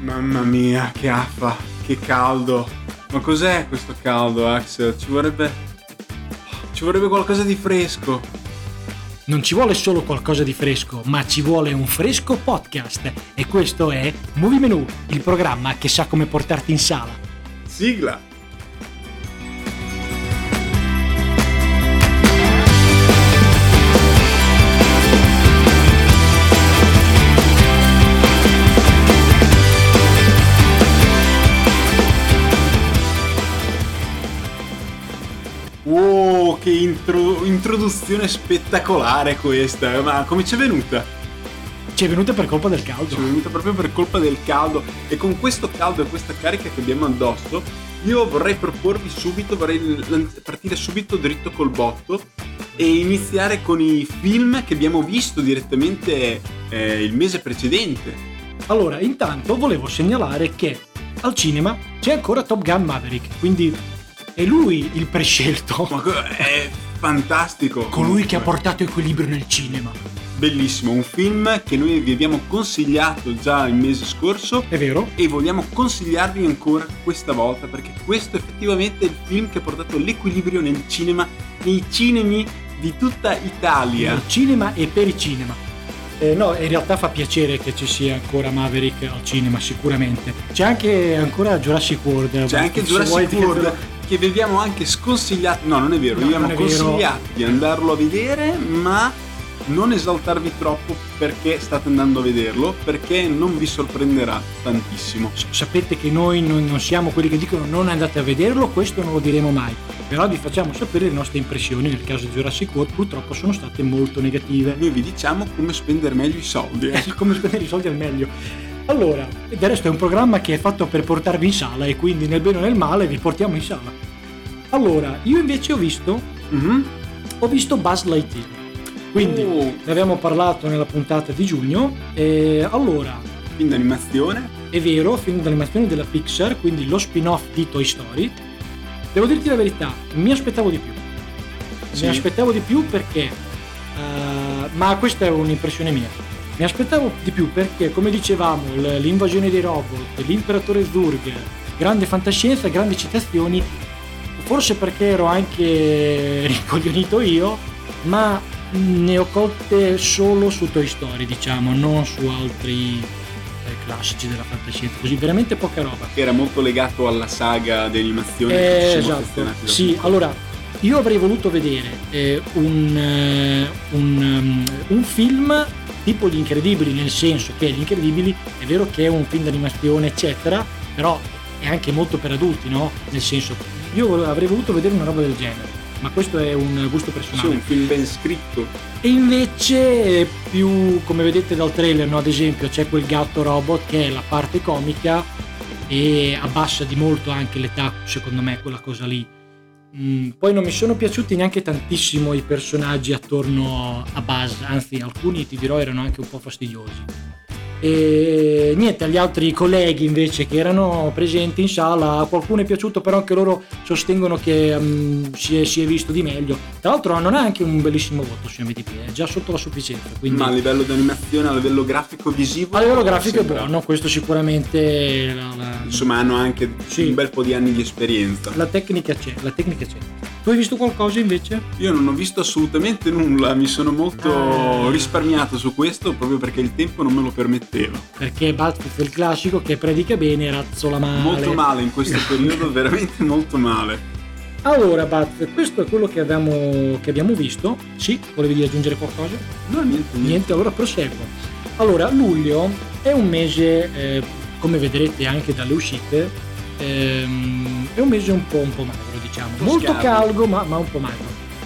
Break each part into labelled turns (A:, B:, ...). A: Mamma mia, che affa, che caldo. Ma cos'è questo caldo, Axel? Ci vorrebbe. Ci vorrebbe qualcosa di fresco.
B: Non ci vuole solo qualcosa di fresco, ma ci vuole un fresco podcast. E questo è Movie Menu, il programma che sa come portarti in sala.
A: Sigla! Wow, Oh, che intro- introduzione spettacolare questa! Ma come ci è venuta?
B: Ci è venuta per colpa del
A: Ci
B: caldo.
A: è venuta proprio per colpa del caldo e con questo caldo e questa carica che abbiamo addosso io vorrei proporvi subito, vorrei lan- partire subito dritto col botto e iniziare con i film che abbiamo visto direttamente eh, il mese precedente.
B: Allora, intanto volevo segnalare che al cinema c'è ancora Top Gun Maverick, quindi è lui il prescelto.
A: Ma co- è fantastico!
B: Colui che ha
A: Comunque.
B: portato equilibrio nel cinema.
A: Bellissimo, un film che noi vi abbiamo consigliato già il mese scorso
B: È vero?
A: e vogliamo consigliarvi ancora questa volta perché questo effettivamente è il film che ha portato l'equilibrio nel cinema, nei cinemi di tutta Italia.
B: Nel cinema e per il cinema. Eh, no, in realtà fa piacere che ci sia ancora Maverick al cinema, sicuramente. C'è anche ancora Jurassic World.
A: C'è anche
B: Se vuoi
A: Jurassic
B: dirlo.
A: World che vi abbiamo anche sconsigliato, no non è vero, vi
B: No,
A: abbiamo
B: non è vero.
A: consigliato di andarlo a vedere ma non esaltarvi troppo perché state andando a vederlo perché non vi sorprenderà tantissimo.
B: S- Sapete che noi non, non siamo quelli che dicono non andate a vederlo, questo non lo diremo mai. Però vi facciamo sapere le nostre impressioni. Nel caso di Jurassic World purtroppo sono state molto negative.
A: Noi vi diciamo come spendere meglio i soldi. eh.
B: Eh, come spendere i soldi al meglio. Allora, del resto è un programma che è fatto per portarvi in sala e quindi nel bene o nel male vi portiamo in sala. Allora, io invece ho visto,
A: Mhm.
B: ho visto Buzz Lightyear. Quindi
A: Oh,
B: ne abbiamo parlato nella puntata di giugno. E allora,
A: film d'animazione
B: è vero, film d'animazione della Pixar, quindi lo spin-off di Toy Story. Devo dirti la verità, mi aspettavo di più.
A: Sì.
B: Mi aspettavo di più perché... eh, ma questa è un'impressione mia. Mi aspettavo di più perché, come dicevamo, l- l'invasione dei robot, l'imperatore Zurg, grande fantascienza, grandi citazioni, forse perché ero anche ricoglionito io, ma ne ho colte solo su Toy Story, diciamo, non su altri eh, classici della fantascienza, così veramente poca roba.
A: che era molto legato alla saga di animazione che ci
B: Eh,
A: siamo
B: esatto.
A: affezionati da
B: Sì,
A: piccoli.
B: allora io avrei voluto vedere eh, un, eh, un, ehm, un film tipo Gli Incredibili, nel senso che Gli Incredibili è vero che è un film d'animazione, eccetera, però è anche molto per adulti, no? Nel senso, io vol- avrei voluto vedere una roba del genere, ma questo è un gusto
A: Sì,
B: personale.
A: un film ben scritto
B: E invece eh, più, come vedete dal trailer, no? ad esempio c'è quel gatto robot che è la parte comica e abbassa di molto anche l'età, secondo me, quella cosa lì. Mm, poi non mi sono piaciuti neanche tantissimo i personaggi attorno a Buzz, anzi alcuni ti dirò erano anche un po' fastidiosi. E niente, agli altri colleghi invece che erano presenti in sala, a qualcuno è piaciuto, però anche loro sostengono che mm, si, è, si è visto di meglio. Tra l'altro non ha anche un bellissimo voto su MDP, è già sotto la sufficienza. Quindi
A: ma a livello di animazione a livello grafico visivo
B: a livello grafico è
A: sembra-
B: buono, questo sicuramente la- la-
A: insomma hanno anche
B: Sì.
A: un bel po' di anni di esperienza
B: la tecnica c'è, la tecnica c'è. Tu hai visto qualcosa invece?
A: io non ho visto assolutamente nulla mi sono molto
B: Ah.
A: risparmiato su questo proprio perché il tempo non me lo permetteva
B: perché Batfix è il classico che predica bene e razzola male.
A: molto male in questo periodo veramente molto male
B: Allora, Batfix, questo è quello che abbiamo, che abbiamo visto. Sì, volevi aggiungere qualcosa?
A: no niente niente
B: Niente, allora proseguo. Allora, luglio è un mese, eh, come vedrete anche dalle uscite, ehm, è un mese un po', un po' magro, diciamo.
A: Un po'
B: Molto
A: schiavo.
B: caldo, ma, ma un po' magro.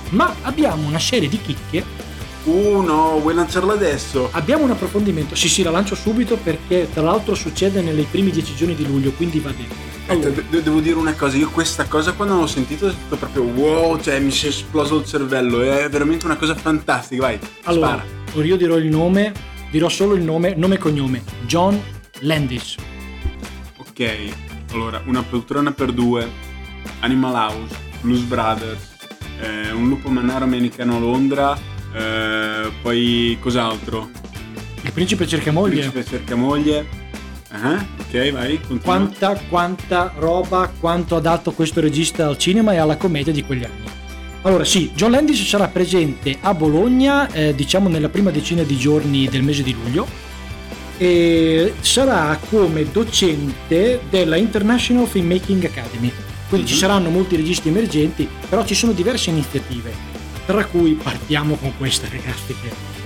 B: Ma abbiamo una serie di chicche
A: oh no vuoi lanciarla adesso
B: Abbiamo un approfondimento, sì sì la lancio subito perché tra l'altro succede nei primi dieci giorni di luglio, quindi va detto.
A: Aspetta,
B: Allora,
A: de- de- devo dire una cosa, io questa cosa quando l'ho sentito ho detto proprio wow, cioè mi si è esploso il cervello, è veramente una cosa fantastica, vai,
B: allora,
A: spara.
B: ora io dirò il nome, dirò solo il nome, nome e cognome, John Landis.
A: Ok, allora, una poltrona per due, Animal House, Blues Brothers, eh, un lupo mannaro americano a Londra, eh, poi cos'altro?
B: Il principe cerca moglie,
A: Principe cerca moglie, Ah, ok, vai, continua.
B: Quanta, quanta roba, quanto ha dato questo regista al cinema e alla commedia di quegli anni. Allora sì, John Landis sarà presente a Bologna, eh, diciamo nella prima decina di giorni del mese di luglio, e sarà come docente della International Filmmaking Academy. Quindi ci
A: Mhm.
B: saranno molti registi emergenti, però ci sono diverse iniziative, tra cui partiamo con questa ragazzi che-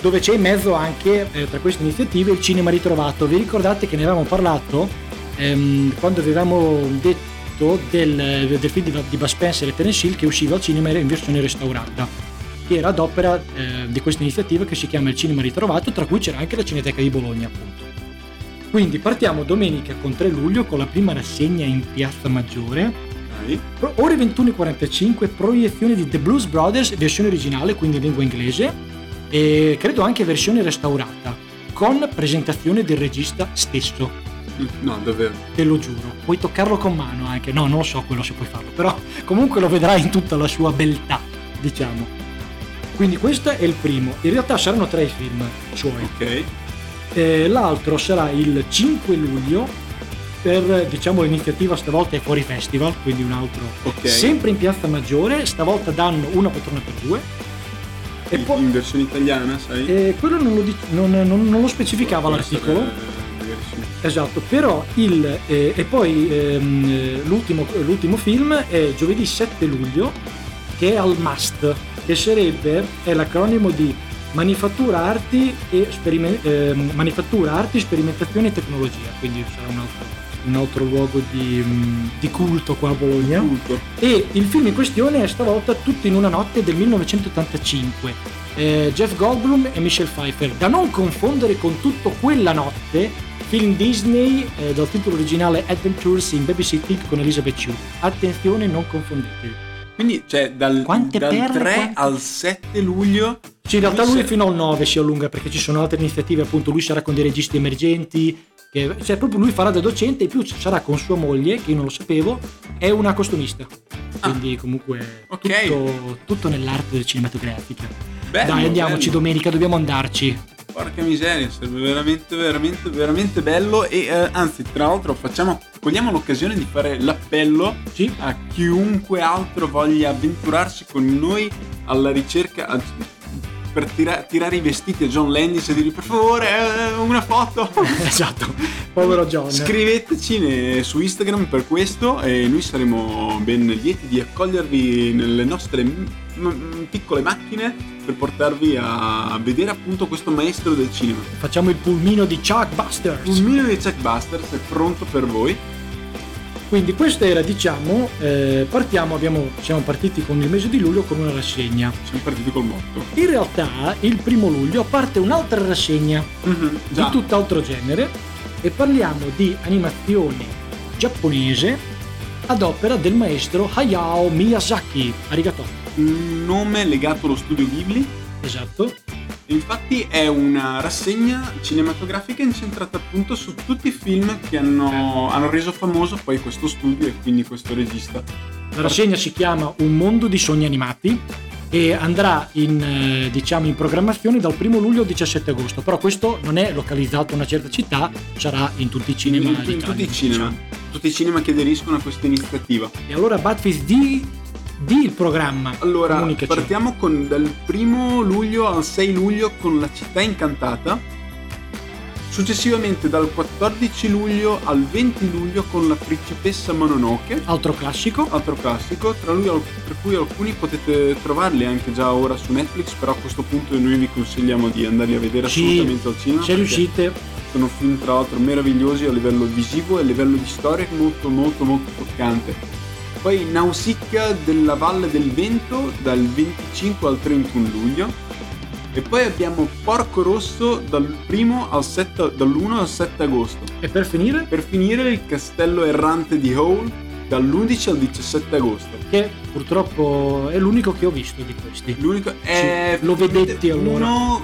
B: dove c'è in mezzo anche eh, tra queste iniziative il cinema ritrovato. Vi ricordate che ne avevamo parlato ehm, quando avevamo detto del, del film di, di Bud Spencer e Terence Hill che usciva al cinema in versione restaurata, che era ad opera eh, di questa iniziativa che si chiama Il Cinema Ritrovato, tra cui c'era anche la Cineteca di Bologna, appunto. Quindi partiamo domenica con 3 luglio con la prima rassegna in Piazza Maggiore.
A: Vai.
B: Pro- ore 21.45, proiezione di The Blues Brothers, versione originale, quindi in lingua inglese, e credo anche versione restaurata, con presentazione del regista stesso
A: No, davvero.
B: te lo giuro. Puoi toccarlo con mano anche, no, non lo so quello se puoi farlo, però comunque lo vedrai in tutta la sua beltà, diciamo. Quindi questo è il primo. In realtà saranno tre i film suoi.
A: Ok.
B: Eh, l'altro sarà il 5 luglio per eh, diciamo l'iniziativa stavolta è fuori festival, quindi un altro
A: Ok.
B: sempre in Piazza Maggiore, stavolta danno una patrona per due. E
A: In-
B: poi
A: In versione italiana, sai?
B: eh, quello non lo, dic- non- non- non lo specificava
A: Può
B: l'articolo.
A: essere, magari sì.
B: Esatto, però il, eh, e poi ehm, eh, l'ultimo, l'ultimo film è giovedì 7 luglio che è al MAST, che sarebbe, è l'acronimo di Manifattura Arti e Sperime- ehm, Manifattura Arti, Sperimentazione e Tecnologia, quindi sarà un altro, un altro luogo di, mm, di culto qua a Bologna.
A: Tutto.
B: E il film in questione è stavolta Tutto in una notte del 1985. Eh, Jeff Goldblum e Michelle Pfeiffer, da non confondere con Tutto quella notte, film Disney eh, dal titolo originale Adventures in Babysitting con Elizabeth Chu. Attenzione, non confondetevi.
A: Quindi, cioè, dal,
B: Quante
A: dal
B: perle,
A: 3
B: quante-
A: al 7 luglio.
B: Sì, Cioè, in realtà
A: Lui
B: lui
A: se-
B: fino al 9 si allunga perché ci sono altre iniziative, appunto lui sarà con dei registi emergenti, che- cioè proprio lui farà da docente e più ci sarà con sua moglie, che io non lo sapevo, è una costumista.
A: Ah.
B: Quindi comunque
A: Ok.
B: tutto, tutto nell'arte cinematografica.
A: Bello,
B: Dai andiamoci
A: bello.
B: domenica, dobbiamo andarci.
A: Porca miseria, sarebbe veramente, veramente, veramente bello. E eh, anzi, tra l'altro, facciamo, cogliamo l'occasione di fare l'appello
B: Sì?
A: a chiunque altro voglia avventurarsi con noi alla ricerca a- per tira- tirare i vestiti a John Landis e dirgli per favore eh, una foto
B: esatto, povero John.
A: scriveteci ne- su Instagram per questo e noi saremo ben lieti di accogliervi nelle nostre m- m- piccole macchine per portarvi a vedere appunto questo maestro del cinema
B: Facciamo il pulmino di Chuck Busters.
A: un milione di checkbusters è pronto per voi
B: Quindi questa era, diciamo, eh, partiamo, abbiamo- siamo partiti con il mese di luglio con una rassegna.
A: siamo partiti col motto
B: In realtà il primo luglio parte un'altra rassegna
A: Mhm, già
B: di tutt'altro genere e parliamo di animazione giapponese ad opera del maestro Hayao Miyazaki. Arigato.
A: un nome legato allo studio Ghibli
B: Esatto.
A: Infatti è una rassegna cinematografica incentrata appunto su tutti i film che hanno, hanno reso famoso poi questo studio e quindi questo regista.
B: La rassegna si chiama Un mondo di sogni animati e andrà in, eh, diciamo, in programmazione dal 1 luglio al 17 agosto, però questo non è localizzato a una certa città, sarà in tutti i cinema
A: in, in
B: d'Italia,
A: tutti i cinema.
B: diciamo.
A: Tutti i cinema che aderiscono a questa iniziativa.
B: E allora Batfist di, di il programma.
A: Allora,
B: Comunicaci.
A: partiamo con- dal 1 luglio al 6 luglio con La città incantata. Successivamente dal 14 luglio al 20 luglio con La principessa Mononoke.
B: Altro classico.
A: altro classico, tra lui al- per cui alcuni potete trovarli anche già ora su Netflix, però a questo punto noi vi consigliamo di andarli a vedere
B: Sì,
A: assolutamente al cinema.
B: Se
A: perché
B: riuscite,
A: Sono film tra l'altro meravigliosi a livello visivo e a livello di storia molto molto molto toccante. Poi Nausicaa della Valle del Vento dal 25 al 31 luglio. E poi abbiamo Porco Rosso dal primo al 7 dall'1 al 7 agosto.
B: e per finire,
A: Per finire il Castello Errante di Hole dall'11 al 17 agosto.
B: che purtroppo è l'unico che ho visto di questi.
A: L'unico è
B: Sì, lo vedetti allora.
A: Uno,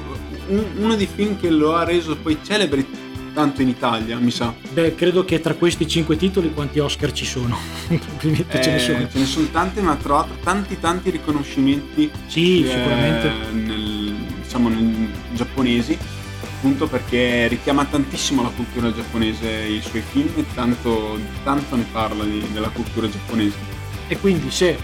A: un- uno dei film che lo ha reso poi celebre tanto in Italia, mi sa.
B: Beh, credo che tra questi cinque titoli quanti Oscar ci sono. Probabilmente ce ne
A: Eh,
B: sono.
A: ce ne sono tanti, ma tra l'altro tanti tanti riconoscimenti
B: Sì,
A: eh,
B: sicuramente.
A: nel- diciamo nel giapponesi. appunto perché richiama tantissimo la cultura giapponese i suoi film e tanto, tanto ne parla di- della cultura giapponese.
B: E quindi se,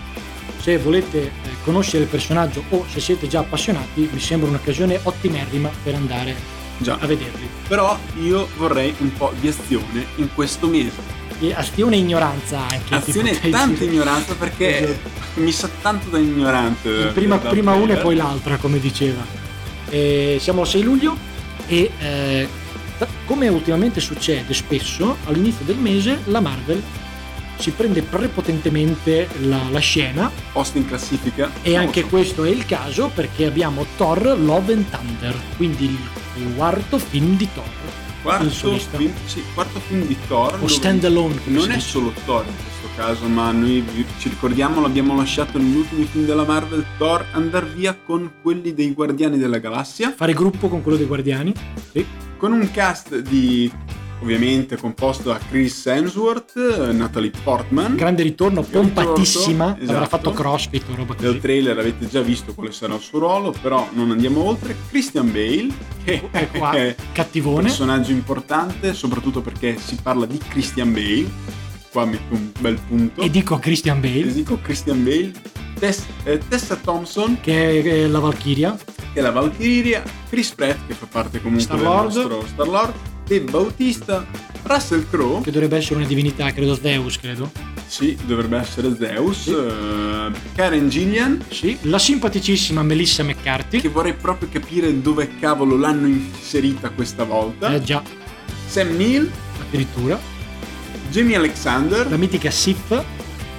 B: se volete eh, conoscere il personaggio o se siete già appassionati, mi sembra un'occasione ottimerrima per andare
A: Già,
B: a vederli.
A: però io vorrei un po' di azione in questo mese.
B: E azione e ignoranza anche.
A: Azione e
B: tipo, Esatto. potrei
A: tanta
B: dire.
A: ignoranza perché mi sa tanto da ignorante.
B: prima,
A: Eh, da eh.
B: prima una e
A: trailer.
B: poi l'altra, come diceva. Eh, siamo al 6 luglio e eh, da- come ultimamente succede spesso, all'inizio del mese la Marvel si prende prepotentemente la, la scena
A: Posto in classifica.
B: e
A: Non lo
B: anche
A: so.
B: questo è il caso perché abbiamo Thor Love and Thunder, quindi il il quarto film di Thor. il
A: quarto
B: solista.
A: film, sì, quarto film di Thor.
B: O
A: dove-
B: stand alone. come
A: Non
B: si
A: è
B: dice.
A: solo Thor in questo caso, ma noi vi- ci ricordiamo, l'abbiamo lasciato negli ultimi film della Marvel, Thor andar via con quelli dei Guardiani della Galassia,
B: Fare gruppo con quello dei Guardiani.
A: con un cast di, ovviamente, composto da Chris Hemsworth, eh, Natalie Portman.
B: Grande ritorno,
A: Ritorno,
B: pompatissima. Avrà
A: esatto.
B: fatto crossfit o roba così.
A: Nel trailer avete già visto quale sarà il suo ruolo, però non andiamo oltre. Christian Bale, che
B: È Eh, qua,
A: è un
B: cattivone.
A: personaggio importante, soprattutto perché si parla di Christian Bale. Qua metto un bel punto.
B: E dico a Christian Bale,
A: Ti dico Christian Bale, Tess- eh, Tessa Thompson,
B: che è eh, la Valkyria,
A: che è la Valkyria, Chris Pratt, che fa parte comunque
B: Star-Lord.
A: del nostro Star-Lord, Dave Bautista, Russell Crowe,
B: che dovrebbe essere una divinità, credo Zeus, credo.
A: sì, dovrebbe essere Zeus,
B: Sì.
A: eh, Karen Gillian,
B: Sì. La simpaticissima Melissa McCarthy.
A: che vorrei proprio capire dove cavolo l'hanno inserita questa volta,
B: Eh già,
A: Sam Neill,
B: addirittura.
A: Jamie
B: La
A: Alexander
B: mitica Sif,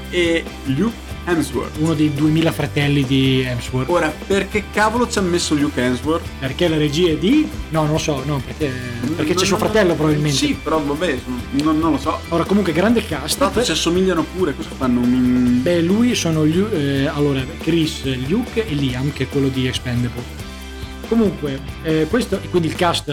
A: e Luke Hemsworth.
B: uno dei 2000 fratelli di Hemsworth.
A: Ora, perché cavolo ci ha messo Luke Hemsworth?
B: Perché la regia è di... No, non lo so, no, perché, perché c'è
A: Non-
B: suo fratello probabilmente.
A: Sì, però vabbè, non, non lo so.
B: Ora, comunque, grande
A: Tra l'altro ci
B: cast.
A: assomigliano pure, cosa fanno? Un-
B: Beh, lui sono gli, eh, allora, Chris, Luke e Liam, che è quello di Expendable. Comunque, eh, questo è quindi il cast,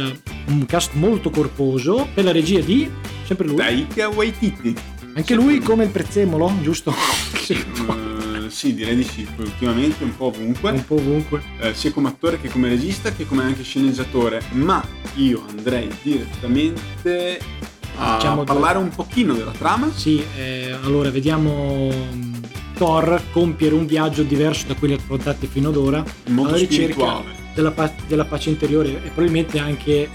B: un cast molto corposo, per la regia di, sempre lui,
A: Taika Waititi.
B: Anche lui come il prezzemolo, giusto? Sì,
A: Eh, sì, direi di sì, poi ultimamente un po'
B: un
A: ovunque,
B: po' ovunque.
A: eh, sia come attore che come regista che come anche sceneggiatore, ma io andrei direttamente a
B: Facciamo due-
A: parlare un pochino della trama.
B: Sì, eh, allora vediamo mm, Thor compiere un viaggio diverso da quelli affrontati fino ad ora,
A: in modo
B: alla ricerca
A: spirituale.
B: della, pa- della pace interiore e probabilmente anche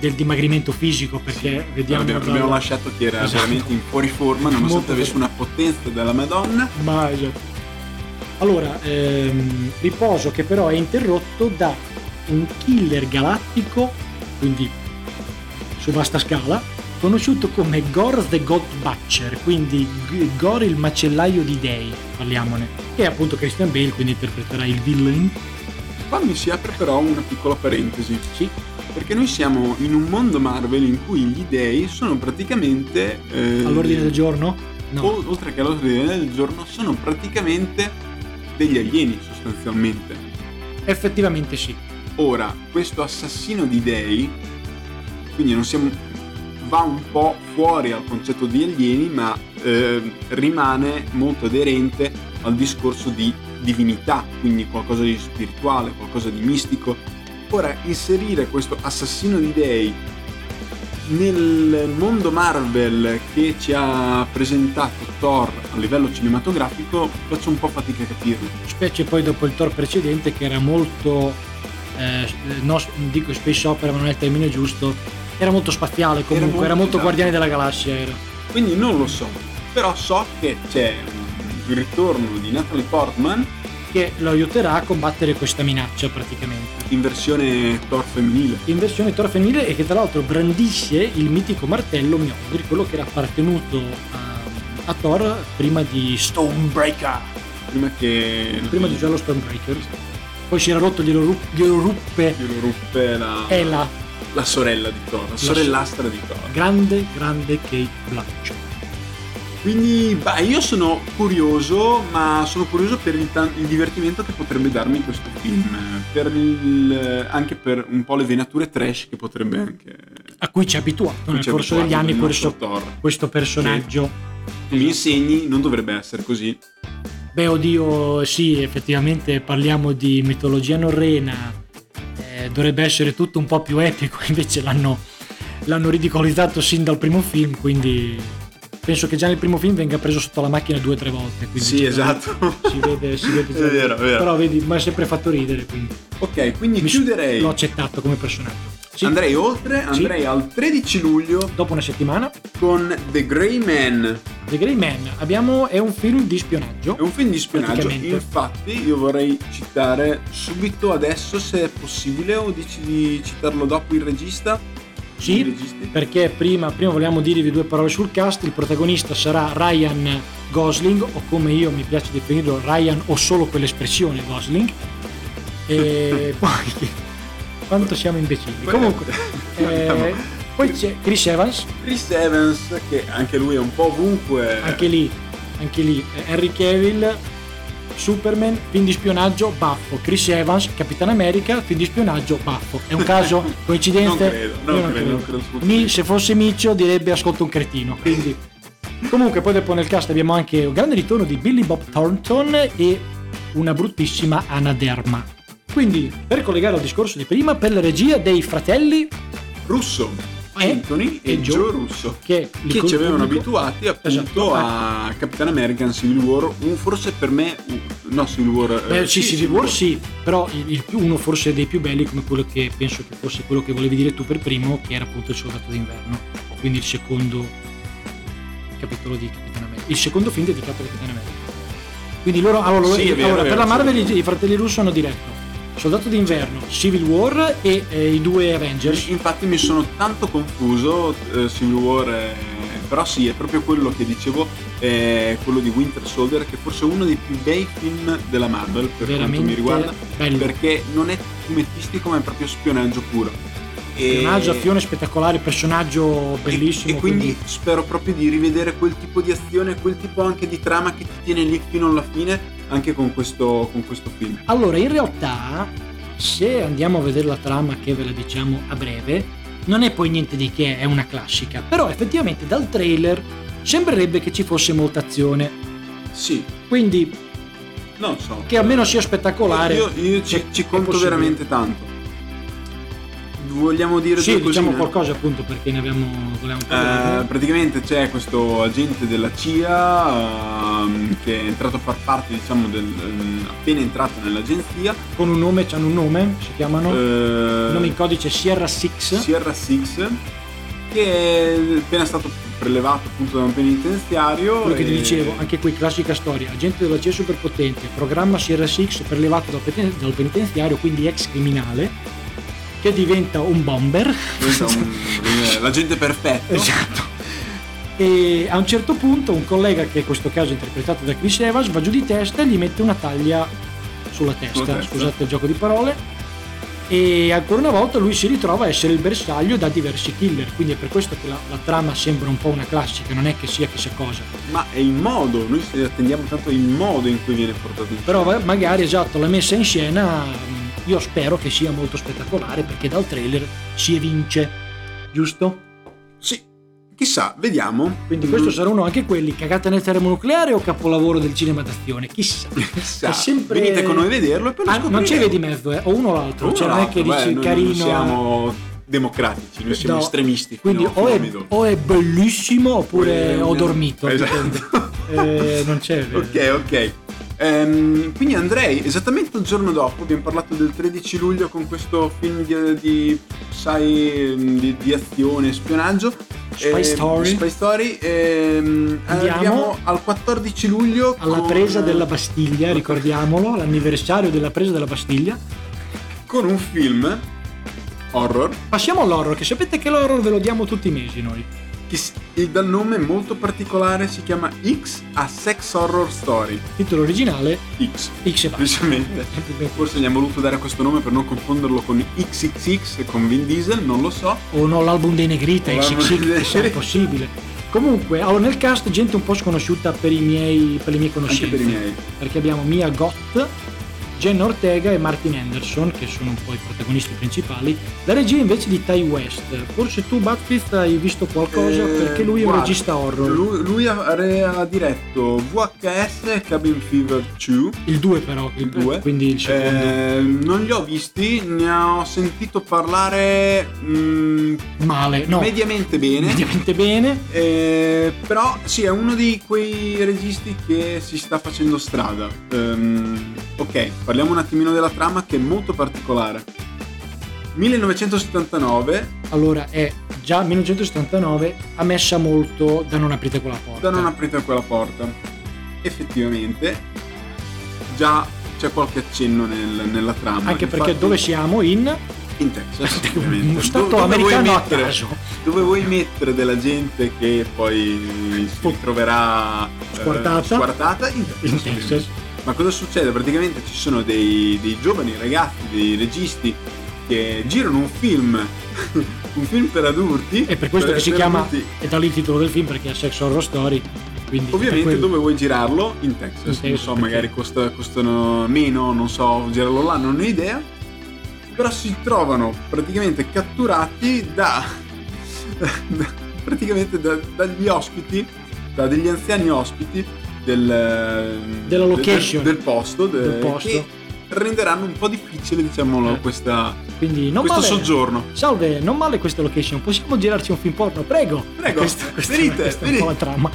B: del dimagrimento fisico, perché vediamo...
A: Abbiamo,
B: dalla-
A: abbiamo lasciato che era
B: Esatto.
A: veramente in fuori forma, nonostante
B: Molto
A: avesse una potenza della Madonna.
B: Ma esatto. Allora, ehm, riposo che però è interrotto da un killer galattico, quindi su vasta scala, conosciuto come Gor the God Butcher, quindi G- Gor il macellaio di dei, parliamone, che è appunto Christian Bale, quindi interpreterà il villain,
A: Qua mi si apre però una piccola parentesi.
B: sì,
A: Perché noi siamo in un mondo Marvel in cui gli dei sono praticamente... eh,
B: all'ordine del giorno? No,
A: o- oltre che all'ordine del giorno, sono praticamente degli alieni sostanzialmente.
B: effettivamente sì.
A: Ora, questo assassino di dei, quindi non siamo, va un po' fuori al concetto di alieni, ma eh, rimane molto aderente al discorso di divinità, quindi qualcosa di spirituale, qualcosa di mistico. Ora, inserire questo assassino di dei nel mondo Marvel che ci ha presentato Thor a livello cinematografico, faccio un po' fatica a capirlo.
B: specie poi dopo il Thor precedente che era molto eh, no, dico space opera ma non è il termine giusto era molto spaziale comunque era
A: molto
B: molto,
A: esatto.
B: guardiani della galassia era
A: quindi non lo so però so che c'è un ritorno di Natalie Portman
B: che lo aiuterà a combattere questa minaccia praticamente
A: in versione Thor femminile
B: in versione Thor femminile e che tra l'altro brandisce il mitico martello Mjolnir quello che era appartenuto a, a Thor prima di Stonebreaker
A: prima che
B: prima di usare lo Stonebreaker poi si era rotto glielo, ru- glielo ruppe
A: glielo ruppe la,
B: Ela
A: la sorella di Thor la sorellastra di Thor
B: grande grande Kate Blanchett
A: quindi beh, io sono curioso ma sono curioso per il, tan- il divertimento che potrebbe darmi questo film per il- anche per un po' le venature trash che potrebbe anche
B: a cui ci ha abituato Ah, nel
A: ci ha
B: corso
A: abituato
B: degli anni
A: il nostro
B: questo,
A: Thor
B: questo personaggio.
A: mi insegni non dovrebbe essere così
B: Beh, oddio, sì, effettivamente parliamo di mitologia norrena, eh, eh, dovrebbe essere tutto un po' più epico, invece l'hanno, l'hanno ridicolizzato sin dal primo film, quindi penso che già nel primo film venga preso sotto la macchina due o tre volte. Quindi
A: Sì,
B: cioè,
A: esatto.
B: Si vede, si vede già.
A: È vero, è vero.
B: Però vedi, mi ha sempre fatto ridere, quindi
A: Ok, quindi
B: mi-
A: chiuderei.
B: l'ho accettato come personaggio. Sì,
A: Andrei oltre, andrei al 13 luglio
B: dopo una settimana.
A: con The Grey Man.
B: The Grey Man abbiamo, è un film di spionaggio.
A: È un film di spionaggio.
B: Praticamente.
A: Infatti, io vorrei citare subito adesso, se è possibile, o dici di citarlo dopo il regista?
B: Sì.
A: I registi?
B: perché prima, prima vogliamo dirvi due parole sul cast. Il protagonista sarà Ryan Gosling, o come io mi piace definirlo, Ryan o solo quell'espressione Gosling. E poi quanto siamo imbecilli.
A: Poi-
B: Comunque, eh,
A: Abbiamo
B: poi c'è Chris Evans,
A: Chris Evans, che anche lui è un po' ovunque.
B: anche lì, anche lì eh, Henry Cavill, Superman, film di spionaggio, baffo. Chris Evans, Capitan America, film di spionaggio, baffo. È un caso? Coincidenze?
A: Non credo, non
B: Io
A: credo, non credo assolutamente.
B: Mi- se fosse Miccio direbbe ascolta un cretino, quindi... Comunque poi dopo nel cast abbiamo anche un grande ritorno di Billy Bob Thornton e una bruttissima anaderma. Quindi, per collegare al discorso di prima, per la regia dei fratelli
A: Russo.
B: E-
A: Anthony e,
B: Eh? e
A: Joe,
B: Joe
A: Russo.
B: che,
A: Che ci avevano
B: abituato
A: abituati appunto
B: Esatto.
A: a Capitan American Civil War, un- forse per me, un- no Civil War... eh,
B: Beh, sì, sì, Civil War sì, però il, il più, uno forse dei più belli, come quello che penso che fosse quello che volevi dire tu per primo, che era appunto il soldato d'inverno, quindi il secondo capitolo di Capitan America, il secondo film dedicato a Capitan America. Quindi loro, allora, loro-
A: Sì, è vero,
B: allora,
A: è vero,
B: per la
A: sì,
B: Marvel
A: è vero.
B: i, i fratelli russo hanno diretto Soldato d'inverno, Civil War e eh, i due Avengers.
A: Infatti mi sono tanto confuso eh, Civil War, eh, però sì, è proprio quello che dicevo, eh, quello di Winter Soldier, che forse è uno dei più bei film della Marvel per quanto mi
B: veramente
A: riguarda,
B: bello.
A: perché non è fumettistico ma è proprio spionaggio puro. E-
B: Personaggio, azione spettacolare, personaggio
A: e-
B: bellissimo.
A: E quindi, spero proprio di rivedere quel tipo di azione, quel tipo anche di trama che ti tiene lì fino alla fine, anche con questo, con questo film.
B: Allora, in realtà, se andiamo a vedere la trama che ve la diciamo a breve, non è poi niente di che, è una classica. Però effettivamente dal trailer sembrerebbe che ci fosse molta azione.
A: Sì,
B: Quindi
A: non so.
B: che almeno sia spettacolare.
A: Io, io ci,
B: È-
A: ci
B: è
A: conto
B: possibile.
A: veramente tanto. Vogliamo dire
B: Sì,
A: due
B: diciamo
A: cosine?
B: qualcosa appunto perché ne abbiamo volevamo
A: Eh,
B: parlare.
A: praticamente c'è questo agente della CIA ehm, che è entrato a far parte, diciamo, del, ehm, appena entrato nell'agenzia.
B: Con un nome, c'hanno un nome, si chiamano.
A: eh,
B: il nome in codice è Sierra 6.
A: Sierra Six, che è appena stato prelevato appunto da un penitenziario.
B: quello che ti
A: e-
B: dicevo, anche qui classica storia, agente della CIA superpotente, programma Sierra Six prelevato dal, peten- dal penitenziario, quindi ex criminale, che diventa un bomber.
A: questo è un- eh, l'agente perfetto.
B: esatto. E a un certo punto un collega, che in questo caso è interpretato da Chris Evans, va giù di testa e gli mette una taglia sulla testa,
A: testa.
B: scusate il gioco di parole. E ancora una volta lui si ritrova a essere il bersaglio da diversi killer, quindi è per questo che la, la trama sembra un po' una classica, non è che sia chissà cosa.
A: Ma è il modo, noi ci attendiamo tanto il modo in cui viene portato in
B: però va- magari esatto la messa in scena mh, io spero che sia molto spettacolare perché dal trailer si evince giusto?
A: Sì, chissà, vediamo.
B: quindi questo
A: Mm,
B: sarà uno anche quelli cagate nel termonucleare o capolavoro del cinema d'azione chissà
A: chissà.
B: è sempre-
A: Venite con noi a vederlo e poi lo
B: Ah, non c'è
A: scopriremo.
B: vedi mezzo eh, o uno o l'altro
A: Uno
B: cioè non è
A: l'altro,
B: che
A: beh,
B: dici
A: noi
B: carino
A: Non siamo democratici, noi siamo
B: No.
A: estremisti.
B: quindi
A: fino-
B: o,
A: fino a
B: è,
A: mezz'ora.
B: o è bellissimo oppure
A: Eh,
B: ho
A: no.
B: dormito dipende.
A: Esatto.
B: Eh, non c'è vero.
A: ok, oh. ok. Ehm, quindi andrei esattamente il giorno dopo, abbiamo parlato del 13 luglio con questo film di, di, sai, mm, di, di azione e spionaggio. Ehm,
B: Spy Story.
A: Spy Story. Ehm,
B: Andiamo.
A: arriviamo al 14 luglio
B: alla
A: con-
B: presa della Bastiglia ricordiamolo l'anniversario della presa della Bastiglia
A: con un film horror
B: Passiamo all'horror, che sapete che l'horror ve lo diamo tutti i mesi noi.
A: che si- e dal nome molto particolare si chiama X a Sex Horror Story.
B: Titolo originale
A: X,
B: X e basta.
A: semplicemente. Forse gli hanno voluto dare questo nome per non confonderlo con XXX e con Vin Diesel, non lo so.
B: O no, l'album dei Negrita,
A: L'album
B: XXX,
A: dei
B: chissà, è
A: Negrita.
B: possibile. Comunque, allora nel cast gente un po' sconosciuta per i miei per le mie
A: Anche
B: conoscenze.
A: per i miei.
B: Perché abbiamo Mia Gott, Jenna Ortega e Martin Anderson, che sono poi i protagonisti principali. La regia invece di Ty West. Forse tu, Batfist, hai visto qualcosa
A: Eh,
B: perché lui è un
A: guarda,
B: regista horror.
A: Lui, lui ha, re- ha diretto VHS e Cabin Fever 2.
B: Il 2 però,
A: Il due.
B: quindi il secondo.
A: Eh, non li ho visti, ne ho sentito parlare mm,
B: Male, no.
A: mediamente bene.
B: Mediamente bene.
A: Eh, però sì, è uno di quei registi che si sta facendo strada. Ehm, ok, parliamo un attimino della trama che è molto particolare. 1979,
B: Allora è già 1979 ha messa molto da non aprite quella porta.
A: da non aprite quella porta. Effettivamente, già c'è qualche accenno nel- nella trama.
B: Anche perché
A: Infatti-
B: dove siamo? In
A: In Texas, ovviamente.
B: uno stato
A: Dove- dove vuoi
B: americano a
A: mettere-
B: caso.
A: Dove vuoi mettere della gente che poi si troverà eh,
B: Squartata.
A: squartata? In Texas.
B: In Texas.
A: Ma cosa succede? Praticamente ci sono dei, dei giovani ragazzi, dei registi che girano un film, un film per adulti.
B: E per questo che si
A: per
B: chiama-
A: adulti.
B: E da lì il titolo del film perché è Sex Horror Story. Quindi per
A: Ovviamente
B: quello-
A: dove vuoi girarlo? In Texas.
B: In
A: non
B: Texas,
A: so,
B: perché-
A: magari costa- costano meno, non so, girarlo là, non ne ho idea. Però si trovano praticamente catturati da... da- praticamente da- dagli ospiti, da degli anziani ospiti del...
B: Della
A: del-
B: location.
A: Del, posto. de-
B: Del posto.
A: che renderanno un po' difficile, diciamolo,
B: Eh.
A: questa-
B: Quindi non
A: questo
B: male.
A: soggiorno.
B: Salve, non male questa location, possiamo girarci un film porno, prego.
A: Prego,
B: Questa, questa,
A: venite,
B: questa è un
A: venite.
B: po' la trama.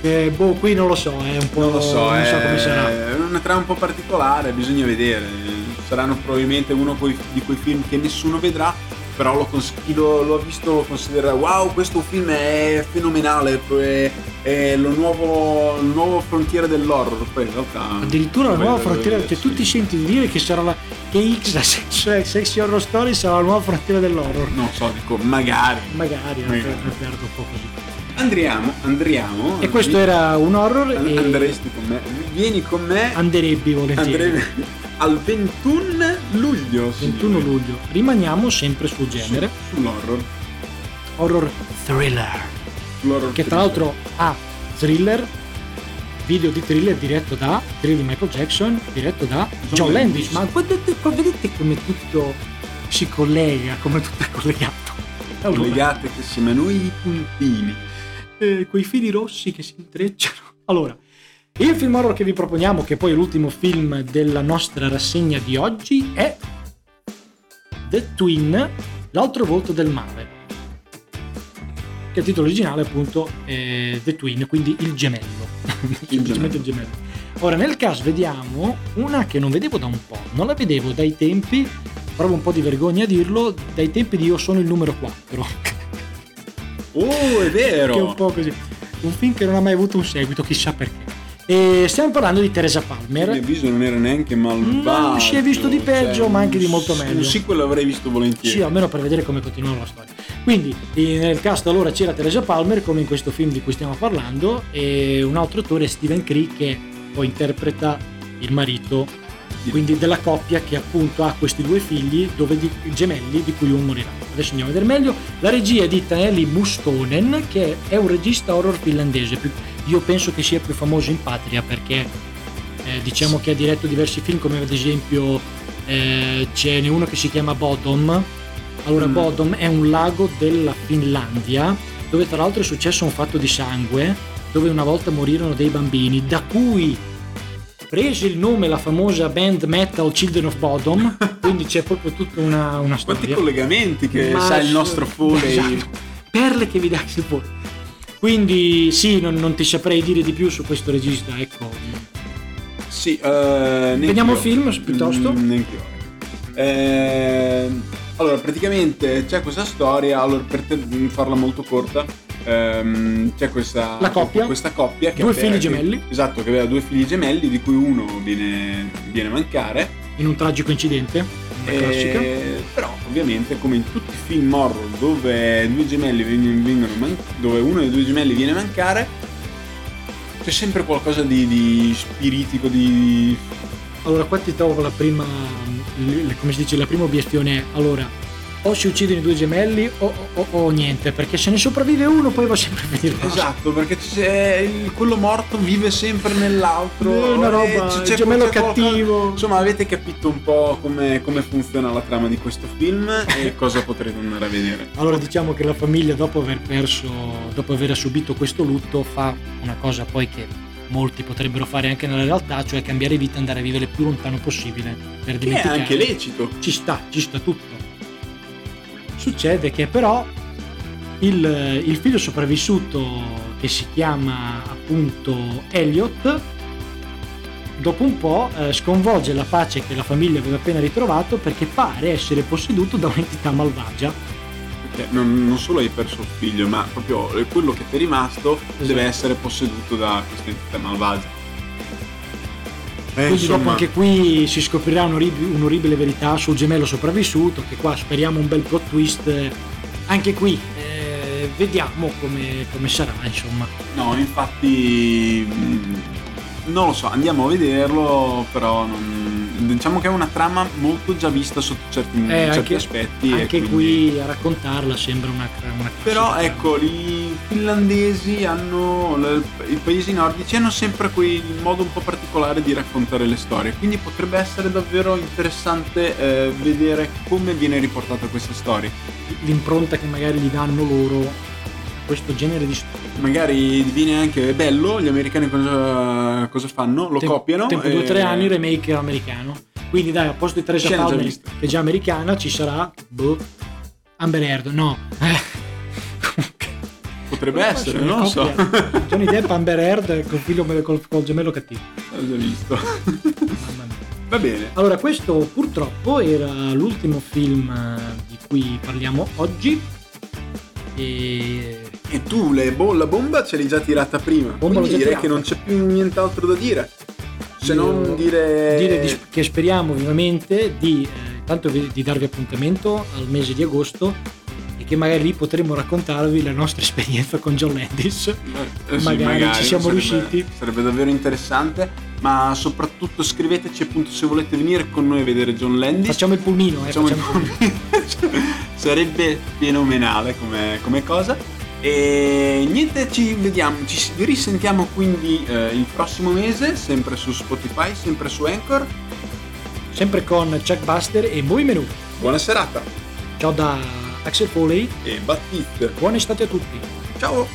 B: Eh, boh, qui non lo so, è un po'...
A: Non lo so, eh,
B: non so
A: è
B: come sarà.
A: una trama un po' particolare, bisogna vedere. Saranno probabilmente uno coi- di quei film che nessuno vedrà, però lo cons- chi lo, lo ha visto lo considera wow, questo film è fenomenale, è, è lo nuovo, il nuovo frontiera dell'horror. Poi in realtà...
B: Addirittura la
A: Poi
B: nuova
A: lo-
B: frontiera,
A: lo-
B: cioè tu ti senti di dire che sarà la... che X, la sex- Sexy Horror Story sarà la nuova frontiera dell'horror.
A: Non so, dico, magari.
B: Magari,
A: Magari.
B: per- per perdo un po' così.
A: Andiamo, andiamo.
B: E questo era un horror
A: And-
B: e
A: Andresti con me? Vieni con me.
B: anderebbe volentieri.
A: andremo al 21 luglio.
B: 21
A: signori.
B: luglio. Rimaniamo sempre sul genere.
A: Su- Sull'horror.
B: Horror thriller.
A: Sull'horror
B: che tra
A: thriller.
B: l'altro ha thriller video di thriller diretto da thriller di Michael Jackson diretto da John
A: Landis.
B: Landis ma guardate qua, vedete come tutto si collega come tutto è collegato Allora,
A: collegate che siamo noi i puntini.
B: eh, quei fili rossi che si intrecciano allora il film horror che vi proponiamo che poi è l'ultimo film della nostra rassegna di oggi è The Twin l'altro volto del mare che il titolo originale appunto è The Twin quindi il gemello semplicemente il gemello. Ora, nel caso vediamo una che non vedevo da un po', non la vedevo dai tempi, provo un po' di vergogna a dirlo, dai tempi di Io sono il numero 4.
A: Oh, è
B: che è un
A: vero!
B: po' così. Un film che non ha mai avuto un seguito, chissà perché. E stiamo parlando di Teresa
A: Il mio
B: Palmer.
A: viso non era neanche malvagio. Cioè,
B: Non Mm, si è visto di peggio, ma anche di molto meglio.
A: Un sequel l'avrei visto volentieri.
B: Sì, almeno per vedere come continua la storia. Quindi, eh, nel cast allora c'era Teresa Palmer, come in questo film di cui stiamo parlando, e un altro attore, Steven Cree, che poi interpreta il marito quindi della coppia che appunto ha questi due figli dove di- gemelli di cui uno morirà adesso andiamo a vedere meglio la regia è di Taneli Mustonen che è un regista horror finlandese Più- io penso che sia più famoso in patria perché eh, diciamo che ha diretto diversi film come ad esempio eh, ce n'è uno che si chiama Bodom allora
A: Mm.
B: Bodom è un lago della Finlandia dove tra l'altro è successo un fatto di sangue dove una volta morirono dei bambini da cui prese il nome la famosa band metal Children of Bodom quindi c'è proprio tutta una, una
A: Quanti
B: storia
A: collegamenti che
B: Ma-
A: sa il nostro foley.
B: Esatto. perle che vi dà il fuori quindi sì non, non ti saprei dire di più su questo regista ecco
A: Sì, eh, neanche
B: Vediamo
A: io.
B: il film, piuttosto?
A: Mm, neanche io. Ehm, allora, praticamente c'è questa storia. Allora, per te- mm, farla molto corta, ehm, c'è questa,
B: La coppia?
A: questa coppia che
B: Due
A: aveva-
B: figli
A: che-
B: gemelli.
A: esatto, che aveva due figli gemelli, di cui uno viene, viene a mancare.
B: in un tragico incidente una
A: Eh,
B: classica
A: però ovviamente come in tutti i film horror dove due gemelli veng- vengono man- dove uno dei due gemelli viene a mancare c'è sempre qualcosa di, di spiritico di
B: Allora, qua ti trovo la prima, l- come si dice, la prima obiezione. Allora, o si uccidono i due gemelli o, o- o niente, perché se ne sopravvive uno poi va sempre a finire male.
A: Esatto, perché c'è il- quello morto vive sempre nell'altro.
B: Eh, una roba,
A: e
B: il gemello cattivo.
A: Insomma, avete capito un po' come, come funziona la trama di questo film e cosa potrete andare a vedere.
B: Allora diciamo che la famiglia dopo aver perso, dopo aver subito questo lutto fa una cosa poi che molti potrebbero fare anche nella realtà, cioè cambiare vita e andare a vivere il più lontano possibile per
A: Che è
B: dimenticare.
A: anche lecito.
B: Ci sta, ci sta tutto. Succede che però il, il figlio sopravvissuto che si chiama appunto Elliot dopo un po' eh, sconvolge la pace che la famiglia aveva appena ritrovato perché pare essere posseduto da un'entità malvagia
A: Perché non, non solo hai perso il figlio, ma proprio quello che ti è rimasto deve
B: Esatto.
A: essere posseduto da questa entità malvagia. Eh,
B: Quindi dopo
A: insomma,
B: anche qui si scoprirà un'orib- un'orribile verità sul gemello sopravvissuto, che qua speriamo un bel plot twist. eh, Anche qui eh, vediamo come, come sarà, insomma.
A: No, infatti. mh, Non lo so, andiamo a vederlo, però non- diciamo che è una trama molto già vista sotto certi,
B: Eh,
A: certi
B: anche-
A: aspetti. e
B: anche
A: quindi-
B: qui a raccontarla sembra una, cra- una classica.
A: Però ecco, i finlandesi hanno, l- i paesi nordici hanno sempre quel modo un po' particolare di raccontare le storie, quindi potrebbe essere davvero interessante eh, vedere come viene riportata questa storia.
B: l'impronta che magari gli danno loro questo genere di storie.
A: Magari diviene anche bello, gli americani cosa, cosa fanno? Lo
B: Tem-
A: copiano. eh,
B: Tempo
A: e-
B: 2-3 anni, remake americano. Quindi dai, a posto di Teresa
A: Scena già
B: Palmer,
A: vista.
B: che è già americana, ci sarà boh, Amber Heard. No.
A: Potrebbe
B: Come
A: essere,
B: faccio?
A: non lo so.
B: Coppia. Johnny Depp, Amber Heard col figlio col, col gemello cattivo.
A: Ho già visto.
B: Mamma mia.
A: Va bene.
B: Allora, questo purtroppo era l'ultimo film eh, di cui parliamo oggi. E
A: E tu le bo- la bomba ce l'hai già tirata prima.
B: Bomba l'ho
A: quindi
B: già
A: direi
B: tirata.
A: che non c'è più nient'altro da dire. Se
B: Io-
A: non dire.
B: dire di- che speriamo vivamente di, eh, tanto vi- di darvi appuntamento al mese di agosto e che magari lì potremo raccontarvi la nostra esperienza con John Landis.
A: Eh, sì,
B: magari ci siamo
A: sarebbe-
B: riusciti.
A: Sarebbe davvero interessante. Ma soprattutto scriveteci appunto se volete venire con noi a vedere John Landis.
B: Facciamo il pulmino, eh,
A: Facciamo il
B: facciamo-
A: nome. Sarebbe fenomenale come, come cosa. E niente, ci vediamo, ci vi risentiamo quindi eh, il prossimo mese, sempre su Spotify, sempre su Anchor.
B: sempre con Chuck Buster e Moi Menù.
A: Buona serata
B: Ciao da Axel Foley,
A: e battite.
B: buona estate a tutti.
A: Ciao!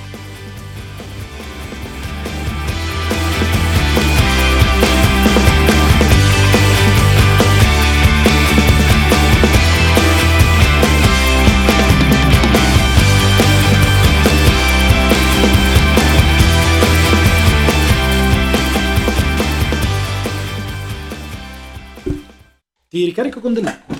B: Ti ricarico con dell'acqua.